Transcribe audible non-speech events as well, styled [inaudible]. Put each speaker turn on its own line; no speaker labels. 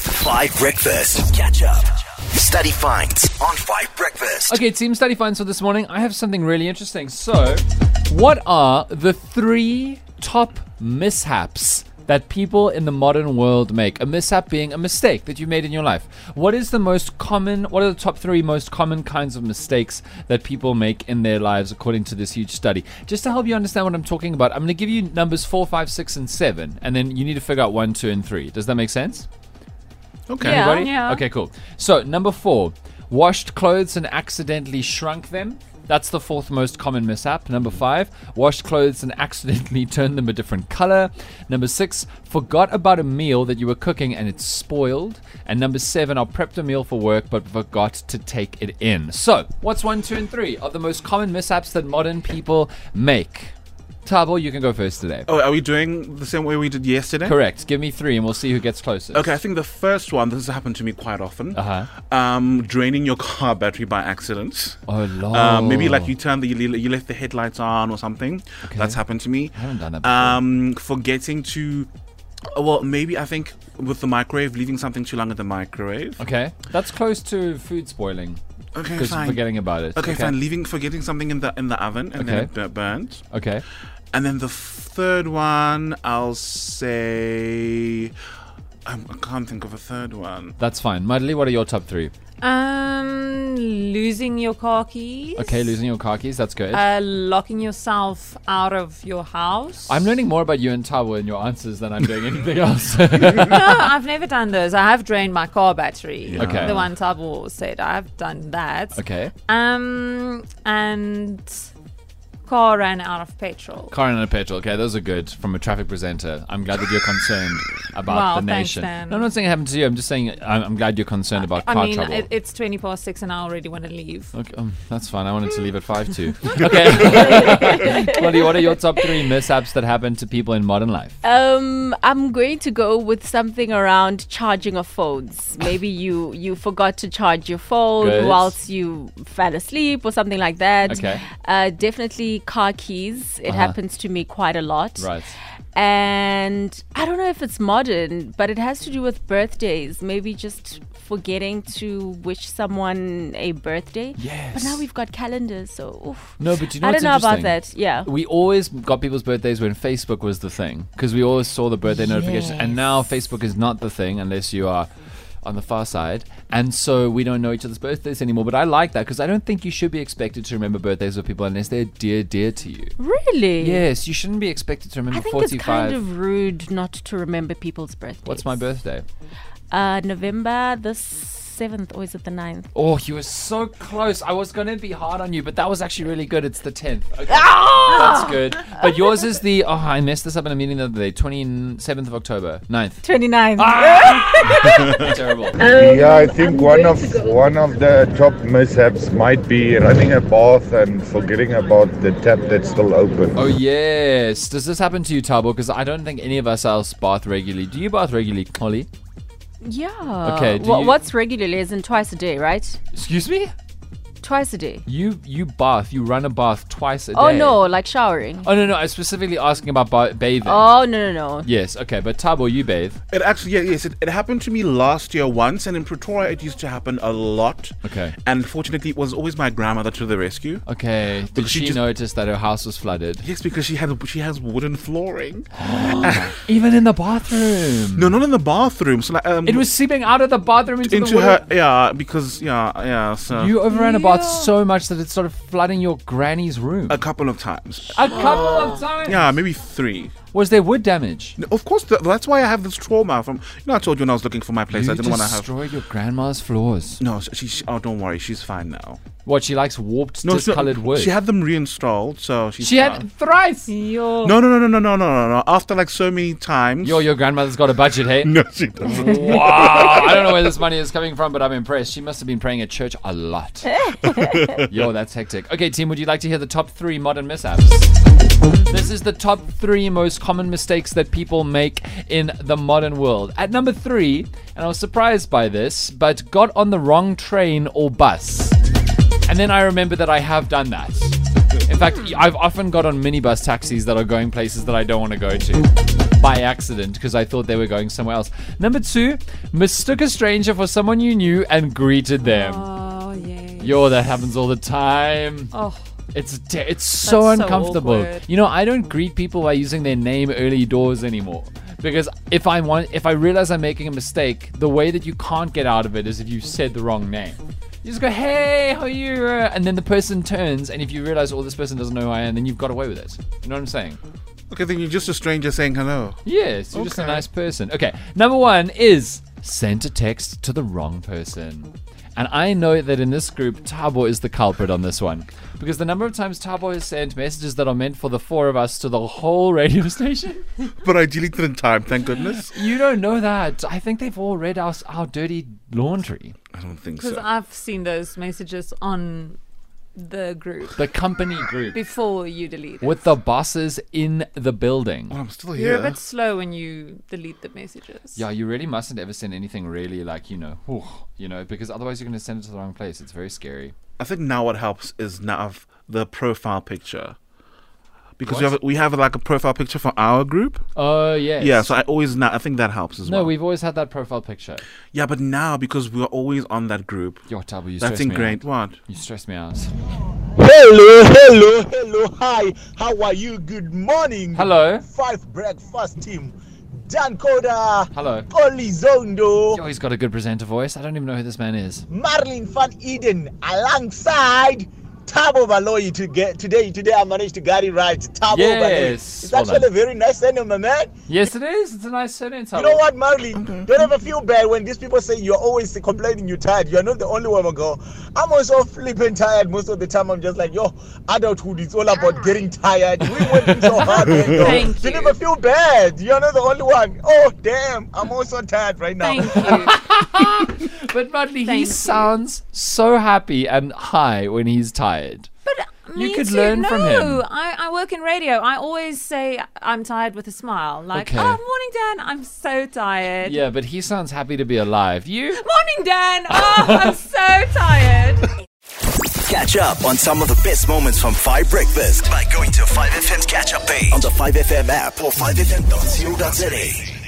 Five Breakfast. Catch up. Study finds on Five Breakfast.
Okay, team study finds for this morning. I have something really interesting. So, what are the three top mishaps that people in the modern world make? A mishap being a mistake that you made in your life. What is the most common, what are the top three most common kinds of mistakes that people make in their lives according to this huge study? Just to help you understand what I'm talking about, I'm going to give you numbers four, five, six, and seven, and then you need to figure out one, two, and three. Does that make sense?
Okay.
Yeah.
Everybody? Okay, cool. So, number four, washed clothes and accidentally shrunk them. That's the fourth most common mishap. Number five, washed clothes and accidentally [laughs] turned them a different color. Number six, forgot about a meal that you were cooking and it's spoiled. And number seven, I prepped a meal for work but forgot to take it in. So, what's one, two, and three of the most common mishaps that modern people make? Tabo, you can go first today.
Oh, are we doing the same way we did yesterday?
Correct. Give me three and we'll see who gets closest.
Okay, I think the first one, this has happened to me quite often.
Uh-huh.
Um, draining your car battery by accident.
Oh, lord.
Um, maybe like
Oh.
you turned the you you left the headlights on or something. That's happened to me. I
haven't done that before.
Um, forgetting to, well, maybe I think with the microwave, leaving something too long in the microwave.
Okay, that's close to food spoiling.
Okay,
Because you're
fine.
forgetting about it.
Okay, fine. Leaving, forgetting something in the in the oven and then
Okay.
it bu- burnt.
Okay.
And then the third one, I'll say. Um, I can't think of a third one.
That's fine. Madly, what are your top three?
Um, losing your car keys.
Okay, losing your car keys, that's good.
Uh, locking yourself out of your house.
I'm learning more about you and Tawa and your answers than I'm doing
[laughs]
anything else. [laughs]
No, [laughs] I've never done those. I have drained my car battery.
Okay.
The one Tabo said I've done that.
okay.
Um, and car ran out of petrol.
Car and petrol. Okay, those are good from a traffic presenter. I'm glad that you're concerned about
Wow,
the
thanks,
nation.
Dan.
No, I'm not saying it happened to you. I'm just saying I'm, I'm glad you're concerned about
I
car
mean,
trouble.
it, it's 20 past six and I already want to leave.
Okay, um, that's fine. I wanted to leave at five
[laughs]
too. Okay. Bloody, what are your top three mishaps that happen to people in modern life?
Um, I'm going to go with something around charging of phones. Maybe you you forgot to charge your phone
Good.
whilst you fell asleep or something like that.
Okay. Uh-huh.
Uh, definitely car keys. It happens to me quite a lot.
Right.
And I don't know if it's modern, but it has to do with birthdays. Maybe just forgetting to wish someone a birthday.
Yes.
But now we've got calendars, so oof.
No, but do you know
I
what's
don't know about
interesting?
that. Yeah.
we always got people's birthdays when Facebook was the thing because we always saw the birthday notification, and now Facebook is not the thing unless you are on the far side, and so we don't know each other's birthdays anymore. But I like that because I don't think you should be expected to remember birthdays of people unless they're dear, dear to you.
Really?
Yes, you shouldn't be expected to remember
I think it's
45.
kind of rude not to remember people's birthdays.
What's my birthday?
Uh, November the 7th, or is it the 9th?
Oh, you were so close. I was going to be hard on you, but that was actually really good. It's the Ah! 10th. Okay.
[laughs]
That's good. But yours is the, oh, I messed this up in a meeting the other day, 27th of October, 9th.
29th.
Ah! Terrible.
[laughs]
Yeah, I think one of one of the top mishaps might be running a bath and forgetting about the tap that's still open.
Oh yes. Does this happen to you, Tabo? Because I don't think any of us else bath regularly. Do you bath regularly, Holly?
Yeah.
Okay, do
Wha-
you-
What's regularly is in twice a day, right?
Excuse me?
Twice a day.
You you bath. You run a bath twice a day.
Oh, no, like showering.
Oh no no. I was specifically asking about ba- bathing.
Oh, no, no, no.
Yes. Okay. But Tabo, you bathe.
It actually, yeah, yes, it, it happened to me last year once, and in Pretoria it used to happen a lot.
Okay.
And fortunately, it was always my grandmother to the rescue.
Okay. Did
Look,
she,
she just-
notice that her house was flooded?
Yes, because she had she has wooden flooring.
Even in the bathroom.
No, not in the bathroom. So like, um,
It was seeping out of the bathroom into,
into
the
her.
water.
Yeah, because yeah, yeah. So
You overran a bath so much that it started flooding your granny's room.
a couple of times.
A couple of times.
Yeah, maybe three.
Was there wood damage?
Of course, th- that's why I have this trauma from. You know, I told you when I was looking for my place,
you
I didn't want to have.
destroyed your grandma's floors.
No, she, she. Oh, don't worry, she's fine now.
What she likes warped,
No,
discolored
she,
wood.
she had them reinstalled, so she's
She
fine.
had thrice.
Yo.
No, no, no, no, no, no, no, no, no. After like so many times.
Yo, your grandmother's got a budget, hey?
[laughs] no, she doesn't.
Wow. I don't know where this money is coming from, but I'm impressed. She must have been praying at church a lot. Yo, that's hectic. Okay, team, would you like to hear the top three modern mishaps? This is the top three most common mistakes that people make in the modern world. At number three, and I was surprised by this, but got on the wrong train or bus. And then I remember that I have done that. In fact, I've often got on minibus taxis that are going places that I don't want to go to. by accident because I thought they were going somewhere else. Number two, mistook a stranger for someone you knew and greeted them.
Oh yeah.
Yo, that happens all the time.
Oh,
It's te- it's so
That's so
uncomfortable.
awkward.
you know, I don't greet people by using their name early doors anymore because if I want, if I realize I'm making a mistake, the way that you can't get out of it is if you said the wrong name. You just go, hey, how are you? And then the person turns, and if you realize, oh, this person doesn't know who I am, then you've got away with it. You know what I'm saying?
Okay, then you're just a stranger saying hello.
Yes, you're just a
Okay.
nice person. Okay, number one is sent a text to the wrong person. And I know that in this group, Tabo is the culprit on this one. Because the number of times Tabo has sent messages that are meant for the four of us to the whole radio [laughs] station,
But I deleted in time,
[laughs]
thank goodness.
you don't know that. I think they've all read our, our dirty laundry.
I don't think
because
so.
I've seen those messages on the group
The company group
before you delete it.
with the bosses in the building.
well, I'm still
You're
here.
a bit slow when you delete the messages.
Yeah, you really mustn't ever send anything really like, you know, you know, because otherwise you're going to send it to the wrong place. It's very scary.
I think now what helps is now I've the profile picture. Because we
What?
have we have like a profile picture for our group.
Oh, yes.
Yeah, so I always now I think that helps as
No,
well.
we've always had that profile picture.
yeah, but now because we are always on that group,
Your table, you
that's
stress me
ingrained.
out.
What?
You stress me out.
Hello, hello, hello, hi. How are you? Good morning.
Hello.
Five breakfast team. Dan Koda.
Hello.
Oli
Oh,
Zondo.
he's got a good presenter voice. I don't even know who this man is.
Marlin Van Eden alongside Tabo Baloyi to get today. Today I managed to get it right. Tabo Baloyi.
Yes,
It's
well
actually
done.
a very nice name, my man.
Yes, it is. It's a nice surname.
You know what, Marlin? Don't ever feel bad when these people say you're always complaining you're tired. You're not the only one, my girl. I'm also flipping tired most of the time. I'm just like, yo, adulthood is all about getting tired. We're working so
[laughs]
hard, man. girl.
Thank you.
never feel bad. You're not the only one. Oh, damn. I'm also tired right now. [laughs]
Thank you.
But Mudley, he
Thank you.
sounds so happy and high when he's tired.
But uh,
You
me
could
too.
learn
no,
from him.
I, I work in radio. I always say I'm tired with a smile. Like,
Okay.
oh, morning, Dan. I'm so tired.
Yeah, but he sounds happy to be alive. You?
Morning, Dan. Oh, I'm so tired.
Catch up on some of the best moments from 5 Breakfast by going to 5FM's catch up page on the 5FM app or 5FM.co.za.